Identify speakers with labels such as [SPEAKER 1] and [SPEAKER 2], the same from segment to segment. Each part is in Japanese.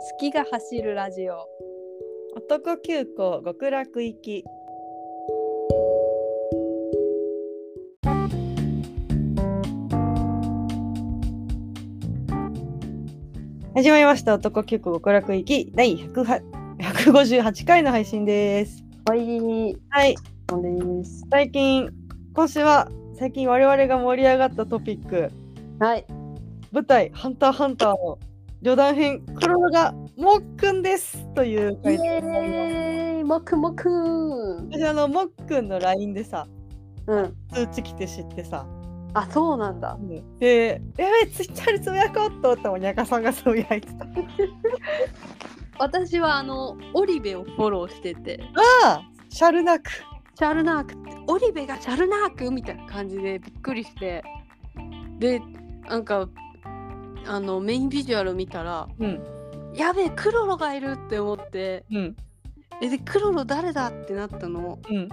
[SPEAKER 1] 月が走るラジオ
[SPEAKER 2] 男急行極楽行き始まりました男急行極楽行き第108 158回の配信です
[SPEAKER 1] はい
[SPEAKER 2] はい
[SPEAKER 1] です
[SPEAKER 2] 最近今週は最近我々が盛り上がったトピック
[SPEAKER 1] はい
[SPEAKER 2] 舞台ハンターハンターの旅団編黒ロがもっくんですという
[SPEAKER 1] イ
[SPEAKER 2] 回でございます
[SPEAKER 1] エーイもくもくうん
[SPEAKER 2] 私あのもっくんの LINE でさ通知来て知ってさ、
[SPEAKER 1] あそうなんだ
[SPEAKER 2] で「やべえツイッターでつぶやこう」と思ったらにゃかさんがつぶやいてた
[SPEAKER 1] 私はあのオリベをフォローしてて
[SPEAKER 2] あシャルナク
[SPEAKER 1] シャルナークってオリベがシャルナークみたいな感じでびっくりしてでなんかあのメインビジュアル見たら
[SPEAKER 2] うん
[SPEAKER 1] やべえクロロがいるって思って
[SPEAKER 2] うん
[SPEAKER 1] えでクロロ誰だってなったの
[SPEAKER 2] うん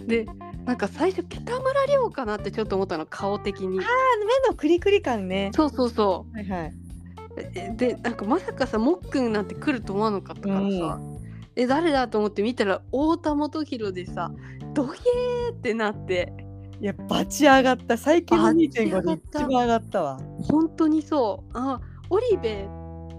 [SPEAKER 1] でなんか最初北村亮かなってちょっと思ったの顔的に
[SPEAKER 2] 目のクリクリ感ね
[SPEAKER 1] そうそうそ
[SPEAKER 2] はいはいう
[SPEAKER 1] えでなんかまさかさもっくんなんて来ると思わなかったからさ、
[SPEAKER 2] う
[SPEAKER 1] え誰だと思って見たら太田元宏でさドゲーってなって
[SPEAKER 2] いやバチ上がった最近の
[SPEAKER 1] バチ上が
[SPEAKER 2] 2.5
[SPEAKER 1] った
[SPEAKER 2] で一番上がったわ
[SPEAKER 1] 本当にそうあオリベ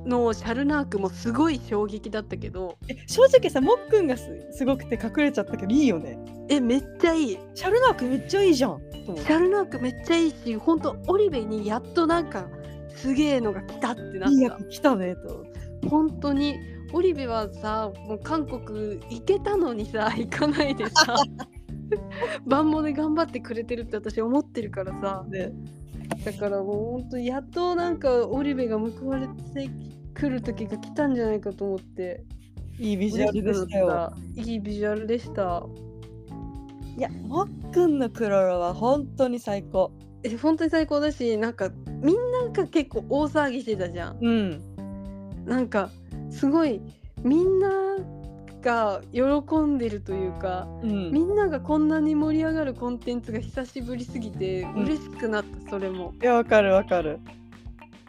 [SPEAKER 1] のシャルナークもすごい衝撃だったけど
[SPEAKER 2] え正直さもっくんがすすごくて隠れちゃったけどいいよね
[SPEAKER 1] えめっちゃいい
[SPEAKER 2] シャルナクめっちゃいいじゃんと思っ
[SPEAKER 1] シ
[SPEAKER 2] て
[SPEAKER 1] ャルナークめっちゃいいし本当オリベにやっとなんかすげえのが来たってなっ
[SPEAKER 2] いい
[SPEAKER 1] た
[SPEAKER 2] やつ来たねと思って
[SPEAKER 1] 本当にオリベはさもう韓国行けたのに さ行かないでさ 万物で頑張ってくれてるって私思ってるからさ
[SPEAKER 2] ね
[SPEAKER 1] だからもう本当にやっとなんかオリベが報われてくる時が来たんじゃないかと思って
[SPEAKER 2] いいビジュアルでしたよ
[SPEAKER 1] いいビジュアルでした
[SPEAKER 2] いやもっくんのクロロは本当に最高
[SPEAKER 1] え本当に最高だしなんかみんなが結構大騒ぎしてたじゃん
[SPEAKER 2] うん
[SPEAKER 1] なんかすごいみんなが喜んでるというか
[SPEAKER 2] うん
[SPEAKER 1] みんながこんなに盛り上がるコンテンツが久しぶりすぎて
[SPEAKER 2] ん
[SPEAKER 1] 嬉しくなった、それも
[SPEAKER 2] いやわかるわかる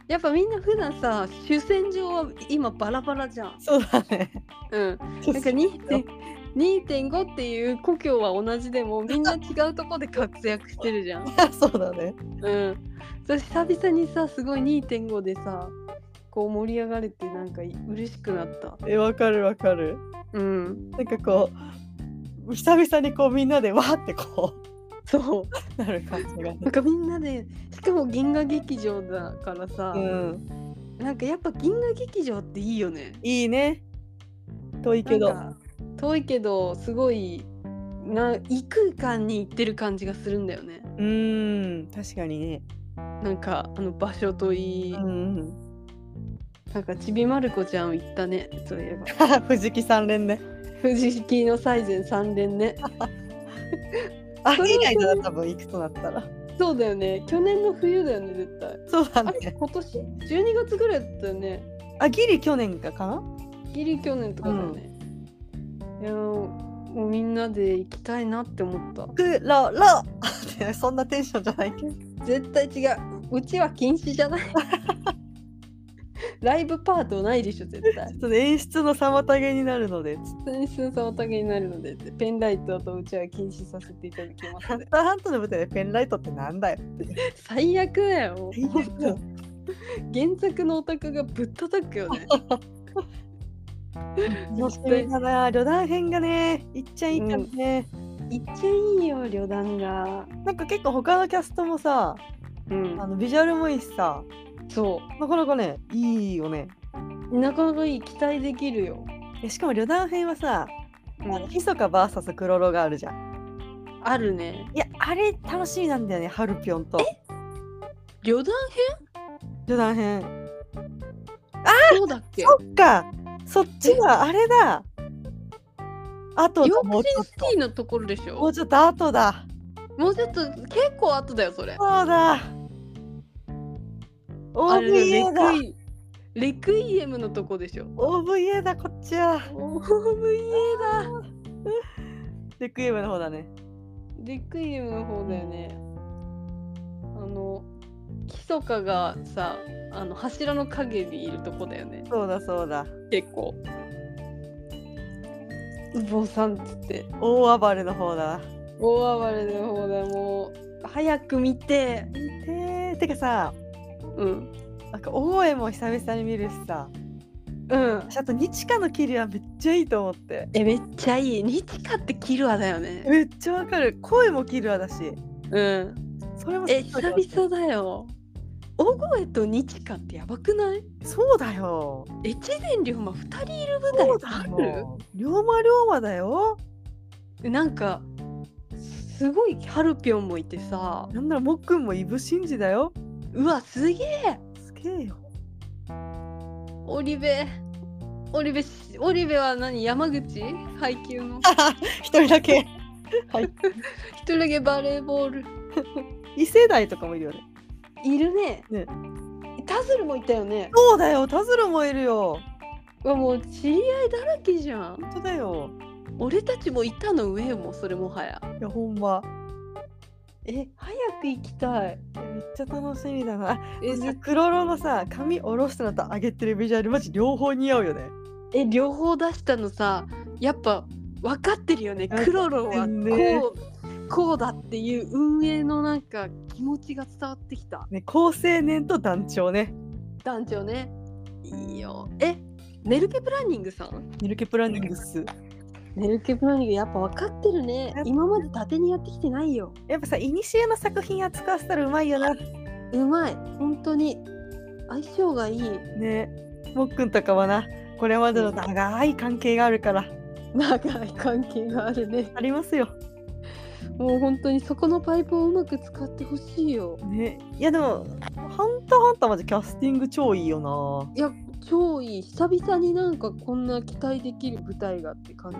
[SPEAKER 1] やっぱみんな普段さ主戦場は今バラバラじゃん
[SPEAKER 2] そうだね
[SPEAKER 1] うん
[SPEAKER 2] な
[SPEAKER 1] なんか2.5 2.5っていう故郷は同じで もみんな違うとこで活躍してるじゃん
[SPEAKER 2] そうだね。
[SPEAKER 1] うんそれ久々にさすごい2.5でさこう盛り上がれてなんかい嬉しくなった
[SPEAKER 2] え、わかるわかる。
[SPEAKER 1] うん
[SPEAKER 2] なんかこう、久々にこうみんなでわーってこ
[SPEAKER 1] そう
[SPEAKER 2] う、なる感じ
[SPEAKER 1] な
[SPEAKER 2] が
[SPEAKER 1] ん
[SPEAKER 2] ね。
[SPEAKER 1] かみんなでしかも銀河劇場だからさ、
[SPEAKER 2] うん。
[SPEAKER 1] なんかやっぱ銀河劇場っていいよね
[SPEAKER 2] いいね。遠いけど。
[SPEAKER 1] なんか遠いけどすごいな異空間に行ってる感じがするんだよね
[SPEAKER 2] うーん、確かにね。
[SPEAKER 1] なんかあの場所といい、
[SPEAKER 2] うん。
[SPEAKER 1] なんかちびまる子ちゃん行ったねそういえば
[SPEAKER 2] 藤木三連ね。
[SPEAKER 1] 藤木の最前3連ね
[SPEAKER 2] あ
[SPEAKER 1] それ
[SPEAKER 2] れ以外だな、多分行くとなったら。
[SPEAKER 1] そうだよね去年の冬だよね絶対
[SPEAKER 2] そうだ
[SPEAKER 1] あれ
[SPEAKER 2] ね。
[SPEAKER 1] 今年 ?12 月ぐらいだったよね
[SPEAKER 2] あ、ギリ去年かかな
[SPEAKER 1] ギリ去年とかだよね、いやーもうみんなで行きたいなって思った
[SPEAKER 2] クロロって そんなテンションじゃないけど。
[SPEAKER 1] 絶対違ううちは禁止じゃない ライブパートないでしょ絶対
[SPEAKER 2] ちょっと演出の妨げになるので、つ
[SPEAKER 1] 普通にスーさんおたげになるのでペンライトとうちは禁止させていただきま
[SPEAKER 2] ハ
[SPEAKER 1] す
[SPEAKER 2] ンターハンターの舞台でペンライトってなんだよっていう。
[SPEAKER 1] 最悪だよ もう
[SPEAKER 2] 最悪だ
[SPEAKER 1] 原作のオタクがぶったたくよね
[SPEAKER 2] 楽しみだな旅団編がねいっちゃいいからね、
[SPEAKER 1] いっちゃいいよ旅団が
[SPEAKER 2] なんか結構他のキャストもさ
[SPEAKER 1] うん
[SPEAKER 2] あのビジュアルもいいしさ
[SPEAKER 1] そ
[SPEAKER 2] なかなかねいいよね
[SPEAKER 1] うなかなかいい期待できるよ、
[SPEAKER 2] えしかも旅団編はさ
[SPEAKER 1] う
[SPEAKER 2] あ
[SPEAKER 1] ん
[SPEAKER 2] のひそか VS クロロがあるじゃん
[SPEAKER 1] あるね
[SPEAKER 2] いやあれ楽しみなんだよねハルピョンと
[SPEAKER 1] 旅団
[SPEAKER 2] 旅団編
[SPEAKER 1] 編そうだっけ
[SPEAKER 2] そっかそっちがあれだあと
[SPEAKER 1] ヨ
[SPEAKER 2] だ
[SPEAKER 1] ー
[SPEAKER 2] もう
[SPEAKER 1] ク
[SPEAKER 2] ち
[SPEAKER 1] シ
[SPEAKER 2] ょ
[SPEAKER 1] ン
[SPEAKER 2] っ
[SPEAKER 1] シ
[SPEAKER 2] と
[SPEAKER 1] ティのところでし
[SPEAKER 2] も
[SPEAKER 1] ょ
[SPEAKER 2] うちょっとあとだ
[SPEAKER 1] もうちょっと結構後だよそれ
[SPEAKER 2] そうだ
[SPEAKER 1] あれだ
[SPEAKER 2] OVA
[SPEAKER 1] よ
[SPEAKER 2] だ
[SPEAKER 1] レクイレクイエムのとこでしょ
[SPEAKER 2] OVA だこっちは
[SPEAKER 1] OVA だ
[SPEAKER 2] レクイエムの方だね
[SPEAKER 1] レクイエムの方だよねあのひそかがさあの柱の陰にいるとこだよね
[SPEAKER 2] そうだそうだ。
[SPEAKER 1] 結構うぼさんっつって
[SPEAKER 2] 大暴れの方だ。
[SPEAKER 1] 大暴れの方だもう早く見て
[SPEAKER 2] ててかさ、
[SPEAKER 1] うん
[SPEAKER 2] なんか大江も久々に見るしさ、
[SPEAKER 1] うん
[SPEAKER 2] あと日華のキリはめっちゃいいと思って。
[SPEAKER 1] えめっちゃいいニチカってキルアだよね
[SPEAKER 2] めっちゃわかる。声もキルアだし、
[SPEAKER 1] うん
[SPEAKER 2] それもす
[SPEAKER 1] え
[SPEAKER 2] っごい
[SPEAKER 1] 久々だよ大声とニチカってやばくない
[SPEAKER 2] そうだよ。
[SPEAKER 1] 越前龍馬2人いる舞
[SPEAKER 2] そう
[SPEAKER 1] 台
[SPEAKER 2] だ
[SPEAKER 1] ある
[SPEAKER 2] よ。龍馬龍馬だよ。
[SPEAKER 1] なんかすごいハルピョンもいてさ
[SPEAKER 2] なんならもっくんもイブシンジだよ。
[SPEAKER 1] うわすげえ
[SPEAKER 2] すげえよ。
[SPEAKER 1] オリベオリベオリベは何山口配給の
[SPEAKER 2] 一人だ け。
[SPEAKER 1] 一人だけバレーボール
[SPEAKER 2] 異世代とかもいるよね。
[SPEAKER 1] いるね
[SPEAKER 2] ね
[SPEAKER 1] タズルもいたよね
[SPEAKER 2] そうだよ。田鶴もいるよ。
[SPEAKER 1] うわもう知り合いだらけじゃん
[SPEAKER 2] 本当だよ。
[SPEAKER 1] 俺たちもいたの上よもうそれもはや
[SPEAKER 2] いやほんま。
[SPEAKER 1] え早く行きたい
[SPEAKER 2] いやめっちゃ楽しみだな。
[SPEAKER 1] え
[SPEAKER 2] さ
[SPEAKER 1] ず
[SPEAKER 2] 黒ロのさ髪下ろしたのと上げてるビジュアルマジ両方似合うよね。
[SPEAKER 1] え両方出したのさやっぱ分かってるよねクロロは
[SPEAKER 2] ね
[SPEAKER 1] こうこうだっていう運営のなんか気持ちが伝わってきた
[SPEAKER 2] ね高青年と団長ね。
[SPEAKER 1] 団長ねいいよえネルケプランニングさん
[SPEAKER 2] ニルケプランニングス。
[SPEAKER 1] ネルケプランニングやっぱ分かってるね今まで縦にやってきてないよ
[SPEAKER 2] やっぱさ古の作品扱わせたらうまいよな。
[SPEAKER 1] うまい本当に相性がいい
[SPEAKER 2] ねもっくんとかはなこれまでの長い関係があるから
[SPEAKER 1] 長い関係があるね
[SPEAKER 2] ありますよ。
[SPEAKER 1] もう本当にそこのパイプをうまく使ってほしいよ
[SPEAKER 2] ねいやでも「ハンターハンター」までキャスティング超いいよない
[SPEAKER 1] や超いい久々になんかこんな期待できる舞台がって感じ。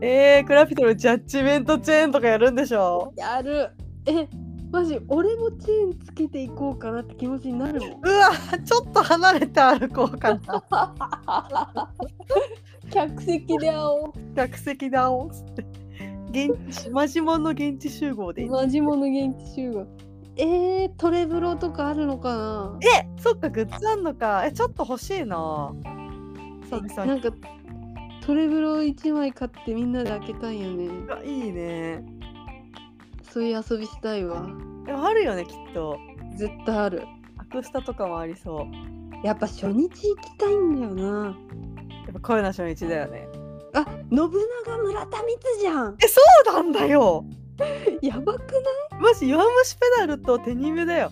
[SPEAKER 2] えー、クラピトルジャッジメントチェーンとかやるんでしょ
[SPEAKER 1] やるえマジ俺もチェーンつけていこうかなって気持ちになるもん
[SPEAKER 2] うわちょっと離れて歩こうかな
[SPEAKER 1] 客席で会おう
[SPEAKER 2] 客席だおっつって現地マジモンの現地集合で
[SPEAKER 1] マジモの元気集合えー、トレブロとかあるのかな
[SPEAKER 2] えそっかグッズあんのかえちょっと欲しいな久々
[SPEAKER 1] なん
[SPEAKER 2] に
[SPEAKER 1] かトレブロ1枚買ってみんなで開けたいよね
[SPEAKER 2] うわいいね
[SPEAKER 1] そういう遊びしたいわ
[SPEAKER 2] でもあるよねきっと
[SPEAKER 1] 絶対ある
[SPEAKER 2] アクスタとかもありそう
[SPEAKER 1] やっぱ初日行きたいんだよな
[SPEAKER 2] やっぱ声の初日だよね
[SPEAKER 1] あ信長村田光じゃん
[SPEAKER 2] そうなんだよ
[SPEAKER 1] やばくない
[SPEAKER 2] もし弱虫ペダルと手に目だよ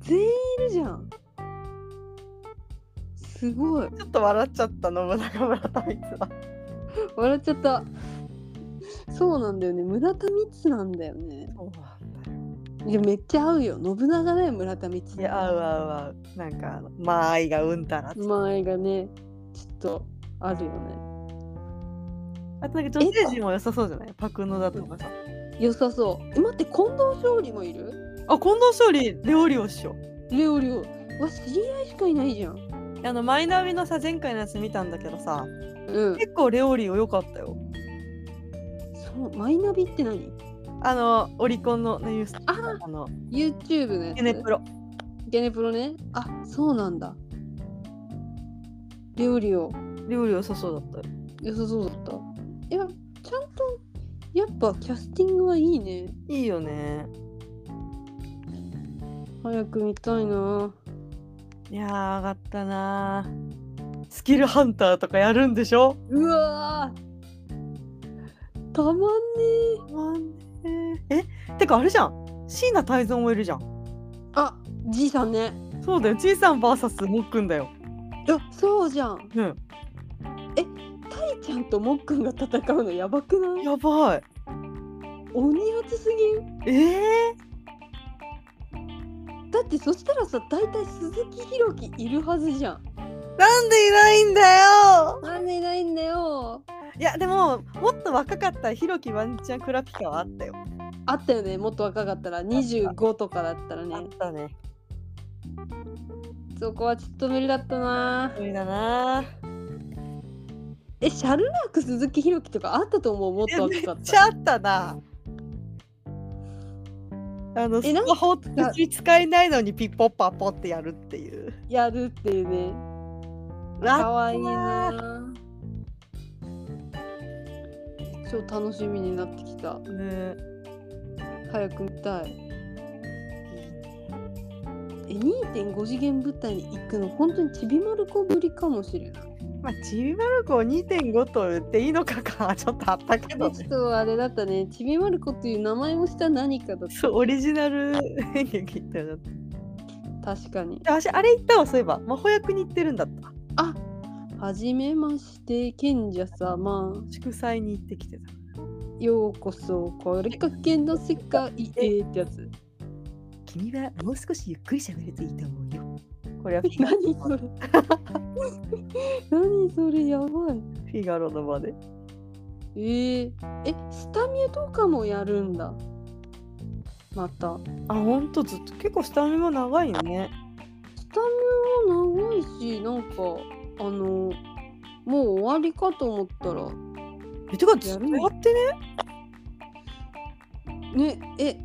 [SPEAKER 1] 全員いるじゃんすごい
[SPEAKER 2] ちょっと笑っちゃった信長村田光は
[SPEAKER 1] 笑っちゃったそうなんだよね村田光なんだよねいやめっちゃ合うよ信長だよ村田光
[SPEAKER 2] いや合う合う合うなんかあの間合いがうんたらって
[SPEAKER 1] 前がねちょっとあるよね
[SPEAKER 2] あとなんか女性陣も良さそうじゃないパクノだとかさ
[SPEAKER 1] 良さそうえ待って近藤勝利もいる
[SPEAKER 2] あ近藤勝利料理をしよ
[SPEAKER 1] レオレオわ知り合いしかいないじゃん
[SPEAKER 2] うあのマイナビのさ前回のやつ見たんだけどさ
[SPEAKER 1] うん
[SPEAKER 2] 結構レオリオ良かったよ
[SPEAKER 1] そうマイナビって何
[SPEAKER 2] あのオリコンのニュース
[SPEAKER 1] あ
[SPEAKER 2] あの
[SPEAKER 1] YouTube のやつ
[SPEAKER 2] ユネプロ
[SPEAKER 1] ゲネプロねあそうなんだレオレオ
[SPEAKER 2] 料理良さそうだったよ
[SPEAKER 1] 良さそうだったいやちゃんとやっぱキャスティングはいいね
[SPEAKER 2] いいよね
[SPEAKER 1] 早く見たいない
[SPEAKER 2] やー上がったなースキルハンターとかやるんでしょ
[SPEAKER 1] うわーたまんね
[SPEAKER 2] まあねえてかあれじゃん椎名泰造もいるじゃん
[SPEAKER 1] あじいさんね
[SPEAKER 2] そうだよちいさん VS もっくんだよ
[SPEAKER 1] あそうじゃん
[SPEAKER 2] うん
[SPEAKER 1] タイちゃんともっくんが戦うのやばくない
[SPEAKER 2] やばい
[SPEAKER 1] 鬼熱すぎん
[SPEAKER 2] ええ
[SPEAKER 1] だってそしたらさ大体鈴木ひろきいるはずじゃん
[SPEAKER 2] なんでいないんだよ
[SPEAKER 1] なんでいないんだよ
[SPEAKER 2] いやでももっと若かったらひろきワンちゃんクラピカはあったよ
[SPEAKER 1] あったよねもっと若かったら25とかだったら
[SPEAKER 2] あ
[SPEAKER 1] ね
[SPEAKER 2] ったね
[SPEAKER 1] そこはちょっと無理だったな
[SPEAKER 2] 無理だなー
[SPEAKER 1] えシャルラーク鈴木ひろきとかあったと思うもっと
[SPEAKER 2] め
[SPEAKER 1] 若か
[SPEAKER 2] っ
[SPEAKER 1] っ
[SPEAKER 2] ち
[SPEAKER 1] た
[SPEAKER 2] ゃあったなあの
[SPEAKER 1] え
[SPEAKER 2] ス
[SPEAKER 1] なん
[SPEAKER 2] マホ別に使えないのにピッポッパッポってやるっていう。
[SPEAKER 1] やるっていうねか
[SPEAKER 2] わ
[SPEAKER 1] わいいな超楽しみになってきた
[SPEAKER 2] ね
[SPEAKER 1] 早く見たいえ2.5次元物体に行くの本当にちびまる子ぶりかもしれない
[SPEAKER 2] まあ、ちびまる子を2.5と言っていいのかかちょっとあったけ ど、
[SPEAKER 1] ちょっとあれだったねちびまる子という名前をした何かだっ
[SPEAKER 2] そうオリジナル演劇ってなって
[SPEAKER 1] た確かに
[SPEAKER 2] で私あれ行ったわそういえば魔法役に行ってるんだった
[SPEAKER 1] あはじめまして賢者様
[SPEAKER 2] 祝祭に行ってきてた
[SPEAKER 1] ようこそこれかけの世界へってやつ
[SPEAKER 2] 君はもう少しゆっくり喋るといいと思うよこ れはフィガロ
[SPEAKER 1] 何それ何それやばい
[SPEAKER 2] フィガロの場で
[SPEAKER 1] えー、えスタミュとかもやるんだまた
[SPEAKER 2] あほんとずっと結構下見も長いよね
[SPEAKER 1] スタミュも長いしなんかあのもう終わりかと思ったら
[SPEAKER 2] えてかずっと終わってね
[SPEAKER 1] ねえ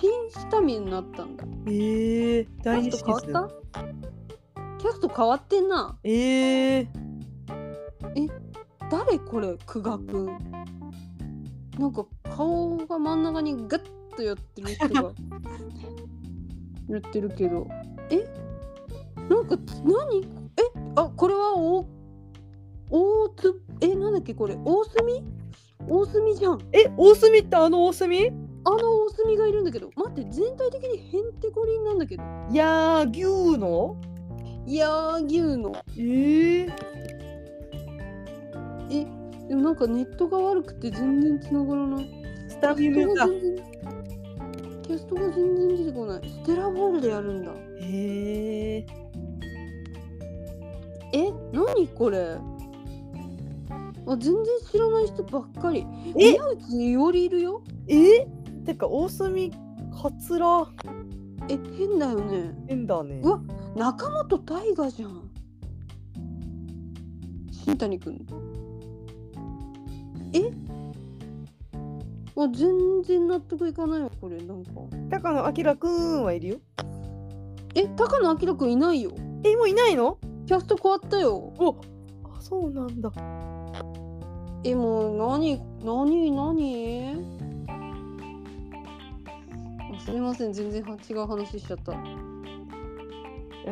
[SPEAKER 1] 新スタミュになったんだ
[SPEAKER 2] ええ
[SPEAKER 1] キ
[SPEAKER 2] 大
[SPEAKER 1] ャ
[SPEAKER 2] 事
[SPEAKER 1] スト変わったキャスト変わってんな
[SPEAKER 2] ええ
[SPEAKER 1] 誰これ久我くんなんか顔が真ん中にガッとやってる人がやってるけどえなんか何えあこれは大大津えなんだっけこれ大隅大隅じゃん
[SPEAKER 2] え大隅ってあの大隅
[SPEAKER 1] あの大隅がいるんだけど待って全体的にへんてこりんなんだけど
[SPEAKER 2] いやー牛の
[SPEAKER 1] いやー牛の
[SPEAKER 2] ええ
[SPEAKER 1] えでもなんかネットが悪くて全然つながらない
[SPEAKER 2] ス
[SPEAKER 1] キャストが全然
[SPEAKER 2] タビムだ
[SPEAKER 1] キャストが全然出てこない。ステラボールでやるんだ。
[SPEAKER 2] ええ
[SPEAKER 1] え、何これあ、全然知らない人ばっかり。
[SPEAKER 2] え
[SPEAKER 1] 宮内によりいるよ。
[SPEAKER 2] えてか大隅カツラ
[SPEAKER 1] え、変だよね。
[SPEAKER 2] 変だね
[SPEAKER 1] うわ中本大我じゃん。新谷くん。えあ、全然納得いかないわ、これ。なんか。
[SPEAKER 2] 高野明くんはいるよ
[SPEAKER 1] え、高野明くんいないよ。
[SPEAKER 2] えもういないの
[SPEAKER 1] キャスト変わったよ。
[SPEAKER 2] おあそうなんだ
[SPEAKER 1] え、もう何、何、何あすみません、全然は違う話しちゃった。も
[SPEAKER 2] な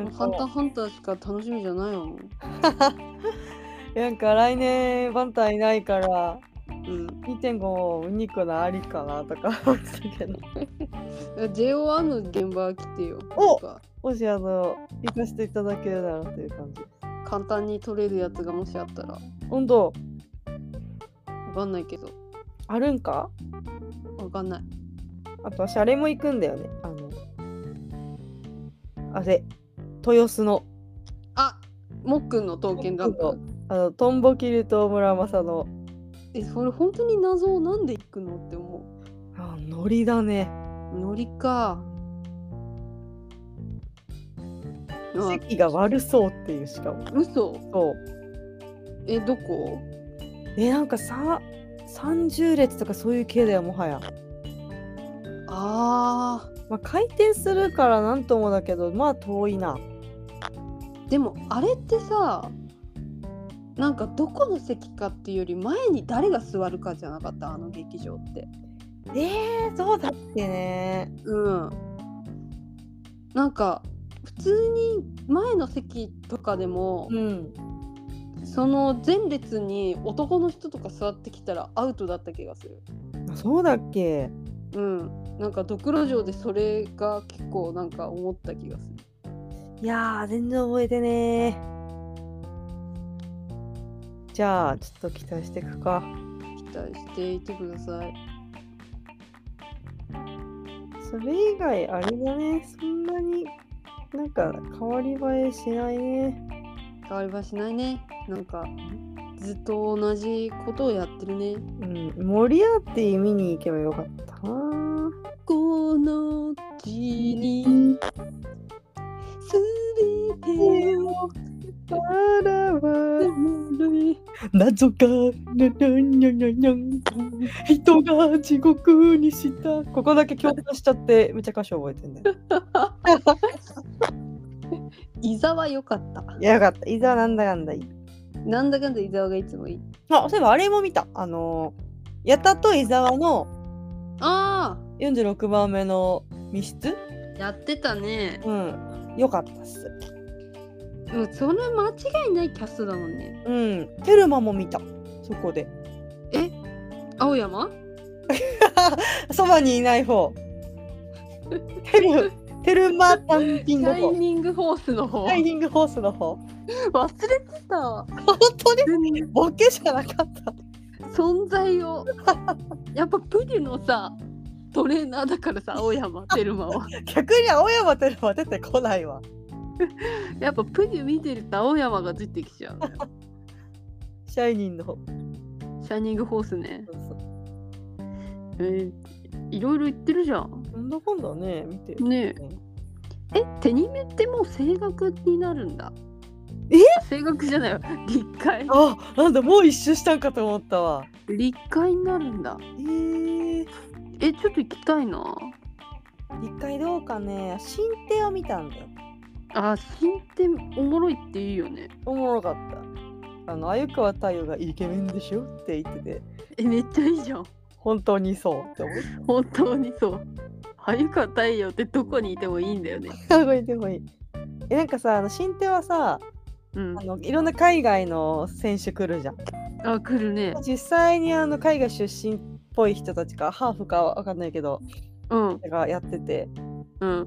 [SPEAKER 1] うんハンター
[SPEAKER 2] か
[SPEAKER 1] ハンターしか楽しみじゃないわもう。
[SPEAKER 2] なんか来年バンタンいないから
[SPEAKER 1] うん。
[SPEAKER 2] 2.5ウニコなありかなとか思ってたけど
[SPEAKER 1] JOR の現場来てよ。
[SPEAKER 2] お
[SPEAKER 1] なんか
[SPEAKER 2] もしあの行かせていただけるならという感じ
[SPEAKER 1] 簡単に取れるやつがもしあったら、わ
[SPEAKER 2] 温度
[SPEAKER 1] かんないけど、
[SPEAKER 2] あるんか
[SPEAKER 1] わかんない。
[SPEAKER 2] あと私あれも行くんだよねあのあれ豊洲の
[SPEAKER 1] あもっくんの刀剣ラップ。
[SPEAKER 2] あのトンボキルと村正の
[SPEAKER 1] え、それ本当に謎をなんでいくのって思
[SPEAKER 2] あノリだね
[SPEAKER 1] う。ノリか。あ、
[SPEAKER 2] 席が悪そうっていうしかも
[SPEAKER 1] 嘘
[SPEAKER 2] そう
[SPEAKER 1] え、どこ
[SPEAKER 2] えなんかさ30列とかそういう系だよもはや、
[SPEAKER 1] あ
[SPEAKER 2] まあ、回転するからなんともだけどまあ遠いな
[SPEAKER 1] ーでもあれってさなんかどこの席かっていうより前に誰が座るかじゃなかったあの劇場って
[SPEAKER 2] えー、そうだってね
[SPEAKER 1] うんなんか普通に前の席とかでも、
[SPEAKER 2] うん
[SPEAKER 1] その前列に男の人とか座ってきたらアウトだった気がする
[SPEAKER 2] あそうだっけ
[SPEAKER 1] うんなんかドクロ城でそれが結構なんか思った気がする
[SPEAKER 2] いやー全然覚えてねーじゃあちょっと期待していくか
[SPEAKER 1] 期待していてください
[SPEAKER 2] それ以外あれだねそんなになんか変わり映えしないね
[SPEAKER 1] 変わりはしないねなんかずっと同じことをやってるね
[SPEAKER 2] うんモリアーティ見に行けばよかったな
[SPEAKER 1] この地にすべてを
[SPEAKER 2] あらわ
[SPEAKER 1] 守る
[SPEAKER 2] 謎かなにゃにゃにゃにゃん人が地獄にした。ここだけ共感しちゃって、めっちゃ歌詞覚えてんね。
[SPEAKER 1] 伊沢よかった。
[SPEAKER 2] いや、よかった。伊沢なんだかんだいい。
[SPEAKER 1] なんだかんだ伊沢がいつもいい。
[SPEAKER 2] あ、そういえばあれも見た。あのー、矢田と伊沢の
[SPEAKER 1] あ
[SPEAKER 2] 46番目の密室
[SPEAKER 1] あ、やってたね。
[SPEAKER 2] うん。よかったっす。
[SPEAKER 1] でもそれ間違いないキャストだもんね。
[SPEAKER 2] うん。テルマも見た。そこで。
[SPEAKER 1] 青山？
[SPEAKER 2] そばにいない方。テル、テルマ単
[SPEAKER 1] シ
[SPEAKER 2] 品の
[SPEAKER 1] ャイ
[SPEAKER 2] 方。
[SPEAKER 1] ニングホースの方。
[SPEAKER 2] タイニングホースの方。
[SPEAKER 1] 忘れてた。
[SPEAKER 2] 本当にボケじゃなかった。
[SPEAKER 1] 存在を。やっぱプリのさ、トレーナーだからさ、青山テルマは。
[SPEAKER 2] 逆に青山テルマ出てこないわ。
[SPEAKER 1] やっぱプリ見てると青山がついてきちゃうのよ。
[SPEAKER 2] シャイニンの方。
[SPEAKER 1] シャイニングホースね。
[SPEAKER 2] そうそう
[SPEAKER 1] えーいろいろ言ってるじゃん。
[SPEAKER 2] なんだかんだね、見て。
[SPEAKER 1] ねえ、テニメってもう声楽になるんだ。
[SPEAKER 2] え
[SPEAKER 1] 声楽じゃないわ。立会。
[SPEAKER 2] あ、なんだ、もう一周したんかと思ったわ。
[SPEAKER 1] 立会になるんだ。
[SPEAKER 2] えー、
[SPEAKER 1] え、ちょっと行きたいな。
[SPEAKER 2] 一回どうかね、新艇を見たんだよ。
[SPEAKER 1] あ、新店おもろいっていいよね。
[SPEAKER 2] おもろかった。あの、鮎川太陽がイケメンでしょって言ってて、
[SPEAKER 1] え、めっちゃいいじゃん。
[SPEAKER 2] 本当にそうって思っ
[SPEAKER 1] 本当にそう。はゆか太陽ってどこにいてもいいんだよね。
[SPEAKER 2] た。これでもいい。え、なんかさ、あの新艇はさ、
[SPEAKER 1] うん
[SPEAKER 2] あ。のいろんな海外の選手来るじゃん。
[SPEAKER 1] あ、来るね。
[SPEAKER 2] 実際にあの海外出身っぽい人たちか、ハーフかわかんないけど、
[SPEAKER 1] うん。
[SPEAKER 2] がやってて、
[SPEAKER 1] うん。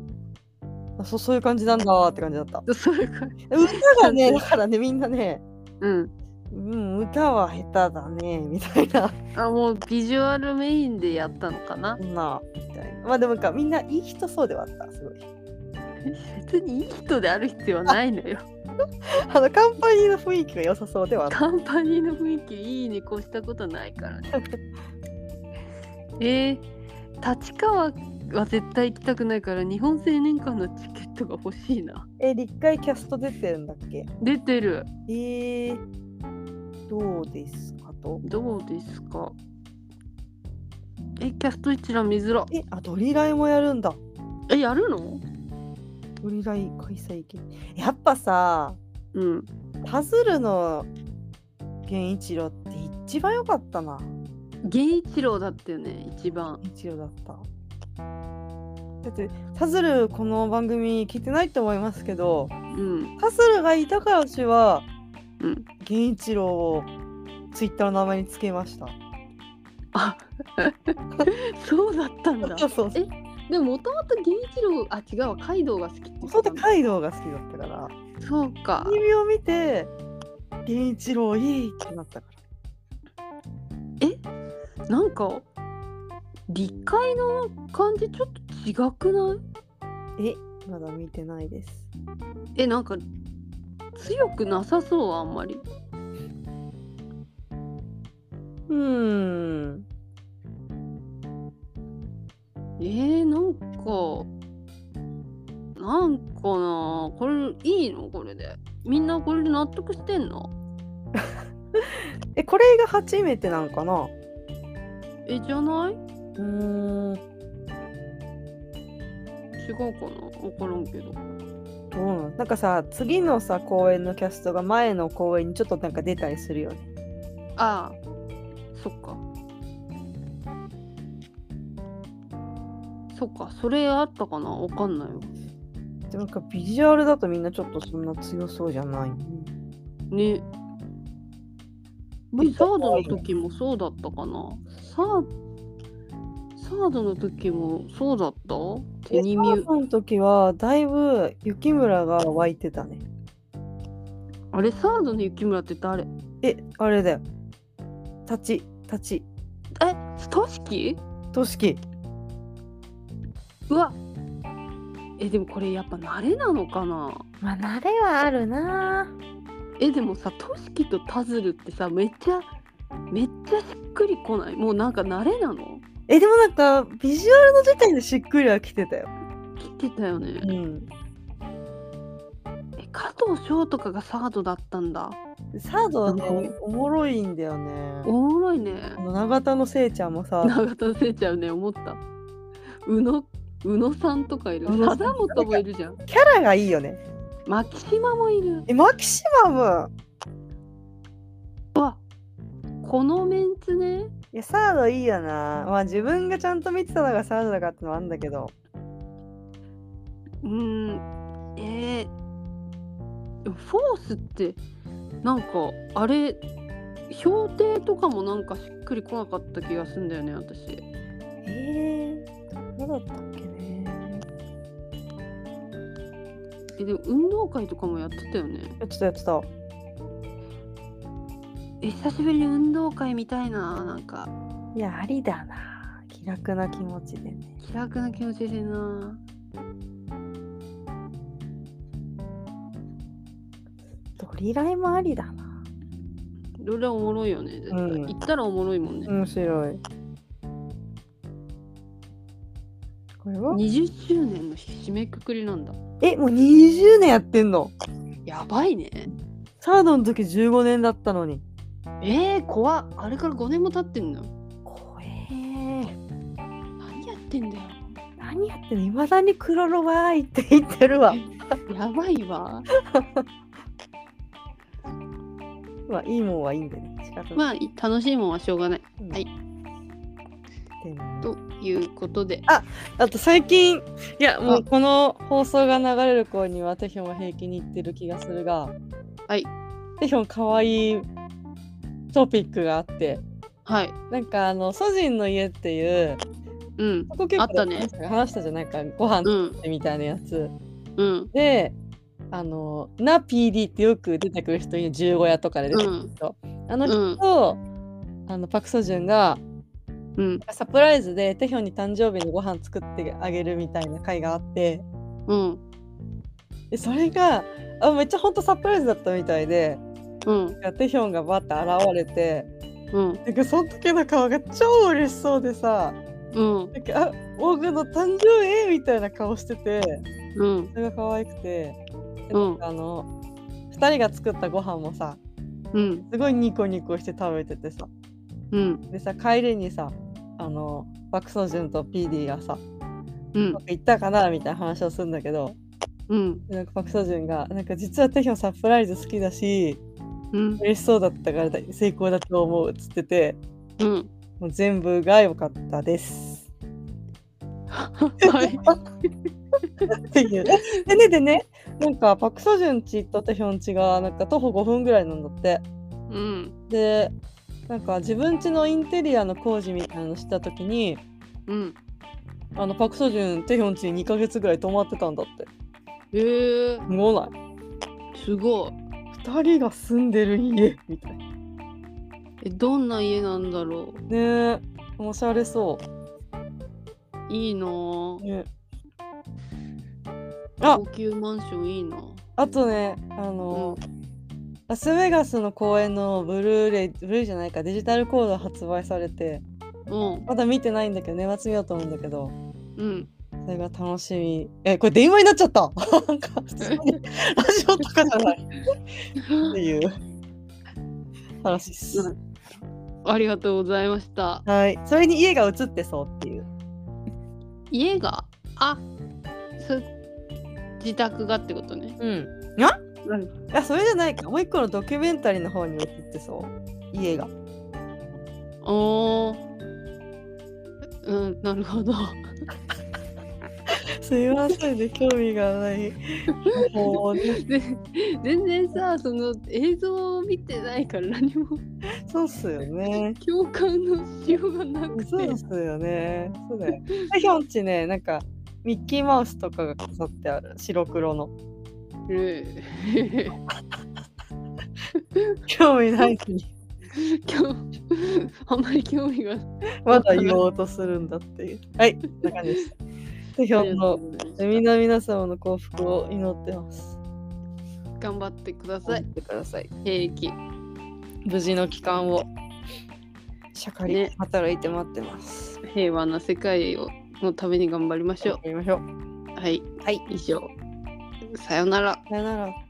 [SPEAKER 2] あそそういう感じなんだって感じだった。
[SPEAKER 1] それか。
[SPEAKER 2] 歌がね、だからね、みんなね、
[SPEAKER 1] うん。
[SPEAKER 2] うん、歌は下手だね、みたいな。
[SPEAKER 1] あ、もうビジュアルメインでやったのかな
[SPEAKER 2] そ。んな、みたいな。まあでもか、みんないい人そうではあった、すごい。
[SPEAKER 1] 別にいい人である必要はないのよ。
[SPEAKER 2] あの、カンパニーの雰囲気が良さそうではあった。
[SPEAKER 1] カンパニーの雰囲気いいに越したことないからね。えー、立川は絶対行きたくないから日本青年館のチケットが欲しいな。
[SPEAKER 2] え、立会キャスト出てるんだっけ
[SPEAKER 1] 出てる。
[SPEAKER 2] えー、どうですかと。
[SPEAKER 1] どうですかえ、キャスト一覧見づら。
[SPEAKER 2] え、あ、ドリライもやるんだ。
[SPEAKER 1] え、やるの
[SPEAKER 2] ドリライ開催決定。やっぱさ、
[SPEAKER 1] うん。
[SPEAKER 2] パズルの源一郎って一番良かったな。
[SPEAKER 1] 源一郎だったよね、一番。
[SPEAKER 2] 一応だった。だってパズルこの番組聞いてないと思いますけど
[SPEAKER 1] うん。
[SPEAKER 2] パズルがいたから私は
[SPEAKER 1] うん。
[SPEAKER 2] 源一郎をツイッターの名前につけました。
[SPEAKER 1] あ そうだったんだ。
[SPEAKER 2] そうそう
[SPEAKER 1] えでももともと源一郎、あ、違うわ、カイドウが好きって言って
[SPEAKER 2] そう
[SPEAKER 1] た
[SPEAKER 2] で
[SPEAKER 1] んだ
[SPEAKER 2] カイドウが好きだったから
[SPEAKER 1] そうか
[SPEAKER 2] ア。ニメを見て源一郎いいってなったか
[SPEAKER 1] なんか理解の感じちょっと違くない
[SPEAKER 2] らえまだ見てないです。
[SPEAKER 1] えなんか強くなさそうあんまり
[SPEAKER 2] うーん
[SPEAKER 1] えー、なんかなんかなこれいいのこれでみんなこれで納得してんの
[SPEAKER 2] えこれが初めてなんかな
[SPEAKER 1] えじゃないう
[SPEAKER 2] ーん
[SPEAKER 1] 違うかな分からんけど
[SPEAKER 2] どうなんなんかさ次のさ公演のキャストが前の公演にちょっとなんか出たりするよね。
[SPEAKER 1] ああそっかそっかそれあったかなわかんないわ
[SPEAKER 2] でもなんかビジュアルだとみんなちょっとそんな強そうじゃない。
[SPEAKER 1] ね
[SPEAKER 2] うん
[SPEAKER 1] サードの時もそうだったかなサーサードの時もそうだったテニミ
[SPEAKER 2] サ
[SPEAKER 1] ュ
[SPEAKER 2] ードの時はだいぶ雪村が湧いてたね。
[SPEAKER 1] あれサードの雪村って誰
[SPEAKER 2] え、あれだよ。立ち、立ち、
[SPEAKER 1] えトシキ
[SPEAKER 2] としき。
[SPEAKER 1] うわえでもこれやっぱ慣れなのかな
[SPEAKER 2] まあ、慣れはあるな。
[SPEAKER 1] えでもさトシキとタズルってさめっちゃめっちゃしっくりこないもうなんか慣れなの
[SPEAKER 2] え、でもなんかビジュアルの時点でしっくりはきてたよ。
[SPEAKER 1] 来てたよね
[SPEAKER 2] ん。
[SPEAKER 1] え加藤翔とかがサードだったんだ
[SPEAKER 2] サードはね
[SPEAKER 1] なんか、
[SPEAKER 2] おもろいんだよね。
[SPEAKER 1] おもろいね
[SPEAKER 2] あの永田のせいちゃんも さ、
[SPEAKER 1] 永田せいちゃんね思った宇野宇野さんとかいる
[SPEAKER 2] 宇野さん
[SPEAKER 1] 貞本もいるじゃん
[SPEAKER 2] キャラがいいよね。
[SPEAKER 1] 牧島もいる
[SPEAKER 2] え、マキシマム
[SPEAKER 1] このメンツね
[SPEAKER 2] いや、サードいいよな。まあ、自分がちゃんと見てたのがサードだからってのもあるんだけど。
[SPEAKER 1] うーんえー、でもフォースってなんかあれ評定とかもなんかしっくりこなかった気がすんだよね私
[SPEAKER 2] ええどうだったっけね。
[SPEAKER 1] えでも運動会とかもやってたよね
[SPEAKER 2] やってたやってた。
[SPEAKER 1] え久しぶりに運動会みたいななんか
[SPEAKER 2] いや、ありだな。気楽な気持ちでね。
[SPEAKER 1] 気楽な気持ちでな
[SPEAKER 2] ドリライもありだな。
[SPEAKER 1] どれおもろいよね絶対、
[SPEAKER 2] うん
[SPEAKER 1] 行ったらおもろいもんね、
[SPEAKER 2] 面白い。これは
[SPEAKER 1] 20周年の締めくくりなんだ
[SPEAKER 2] え、もう20年やってんの
[SPEAKER 1] やばいね
[SPEAKER 2] サードの時15年だったのに。
[SPEAKER 1] えー、怖っあれから5年も経ってんの
[SPEAKER 2] 怖え。
[SPEAKER 1] 何やってんだよ
[SPEAKER 2] 何やってんのいまだにクロロワーイって言ってるわ。
[SPEAKER 1] やばいわ
[SPEAKER 2] まあ、いいもんはいいんでね。仕方ない。
[SPEAKER 1] まあ楽しいもんはしょうがない
[SPEAKER 2] うん
[SPEAKER 1] はい
[SPEAKER 2] でも
[SPEAKER 1] ということで
[SPEAKER 2] あと最近いやも
[SPEAKER 1] あ
[SPEAKER 2] うこの放送が流れる頃にはテヒョンは平気に言ってる気がするが
[SPEAKER 1] はい
[SPEAKER 2] テヒョンかわいいトピックがあって
[SPEAKER 1] はい
[SPEAKER 2] なんかあの「ソジンの家」っていう
[SPEAKER 1] うん
[SPEAKER 2] ここ結構
[SPEAKER 1] あったね
[SPEAKER 2] 話したじゃんないかご飯
[SPEAKER 1] うん
[SPEAKER 2] みたいなやつ、
[SPEAKER 1] うん
[SPEAKER 2] であの「な PD」ってよく出てくる人いる十五夜とかで出てくる人、あの
[SPEAKER 1] う
[SPEAKER 2] 人
[SPEAKER 1] ん
[SPEAKER 2] と、あのパク・ソジュンが
[SPEAKER 1] うん
[SPEAKER 2] サプライズでテヒョンに誕生日にご飯作ってあげるみたいな会があって。
[SPEAKER 1] うん
[SPEAKER 2] でそれがあめっちゃほんとサプライズだったみたいで
[SPEAKER 1] うん
[SPEAKER 2] テヒョンがバッて現れて
[SPEAKER 1] うん
[SPEAKER 2] なんかその時の顔が超嬉しそうでさ
[SPEAKER 1] うん
[SPEAKER 2] なんかあ僕の誕生日みたいな顔してて
[SPEAKER 1] うん
[SPEAKER 2] それが可愛くてで
[SPEAKER 1] うん
[SPEAKER 2] なんかあの、2人が作ったご飯もさ
[SPEAKER 1] うん
[SPEAKER 2] すごいニコニコして食べててさ
[SPEAKER 1] うん
[SPEAKER 2] でさ帰りにさあの爆走順と PD がさ
[SPEAKER 1] う
[SPEAKER 2] 「うんまくいったかな?」みたいな話をするんだけど
[SPEAKER 1] うん
[SPEAKER 2] でなんか爆走順が「なんか実はテヒョンサプライズ好きだし
[SPEAKER 1] うん
[SPEAKER 2] 嬉しそうだったから大成功だと思うっつってて
[SPEAKER 1] うん
[SPEAKER 2] もう全部が良かったです。
[SPEAKER 1] はい
[SPEAKER 2] っていう。でねでねなんかパク・ソジュンちとテヒョンちがなんか徒歩5分ぐらいなんだって。
[SPEAKER 1] うん
[SPEAKER 2] でなんか自分家のインテリアの工事みたいなのした時に
[SPEAKER 1] うん
[SPEAKER 2] あのパク・ソジュンテヒョンちに2ヶ月ぐらい泊まってたんだって。
[SPEAKER 1] えー、
[SPEAKER 2] すごない。
[SPEAKER 1] すごい
[SPEAKER 2] 2人が住んでる家みたいな。
[SPEAKER 1] えどんな家なんだろ
[SPEAKER 2] ねえおしゃれそう
[SPEAKER 1] いいな
[SPEAKER 2] う。
[SPEAKER 1] ぁ
[SPEAKER 2] ねあ
[SPEAKER 1] 高級マンションいいなぁ
[SPEAKER 2] あとねあの、ラスベガスの公演のブルーレイブルーレイじゃないかデジタルコード発売されて
[SPEAKER 1] うん
[SPEAKER 2] まだ見てないんだけど年末見ようと思うんだけど
[SPEAKER 1] うん
[SPEAKER 2] それが楽しみえこれ電話になっちゃった なんか普通にラジオとかじゃないっていう話です
[SPEAKER 1] ありがとうございました
[SPEAKER 2] はいそれに家が映ってそうっていう
[SPEAKER 1] 家があそ自宅がってことね
[SPEAKER 2] うん
[SPEAKER 1] うん
[SPEAKER 2] あそれじゃないかもう一個のドキュメンタリーの方に映ってそう家が
[SPEAKER 1] おーうんなるほど
[SPEAKER 2] すいませんね興味がない もうね
[SPEAKER 1] で全然さその映像を見てないから何も
[SPEAKER 2] そうっすよね
[SPEAKER 1] 共感のしようがなく
[SPEAKER 2] そう
[SPEAKER 1] て
[SPEAKER 2] ですよね。そうだよ。ひょんちね、なんかミッキーマウスとかが飾ってある白黒の。
[SPEAKER 1] ええ
[SPEAKER 2] 興味ないのに
[SPEAKER 1] 興 あんまり興味が
[SPEAKER 2] まだ言おうとするんだっていう。はい、こんな感じ です。ひょんのみんな皆様の幸福を祈ってます。
[SPEAKER 1] 頑張ってください
[SPEAKER 2] 祈ってください。
[SPEAKER 1] 平気
[SPEAKER 2] 無事の帰還を社会で
[SPEAKER 1] ね
[SPEAKER 2] 働いて待ってます。
[SPEAKER 1] 平和な世界をのために頑張りましょ
[SPEAKER 2] 行きましょう。
[SPEAKER 1] うはい
[SPEAKER 2] はい、
[SPEAKER 1] 以上さよなら
[SPEAKER 2] さよなら。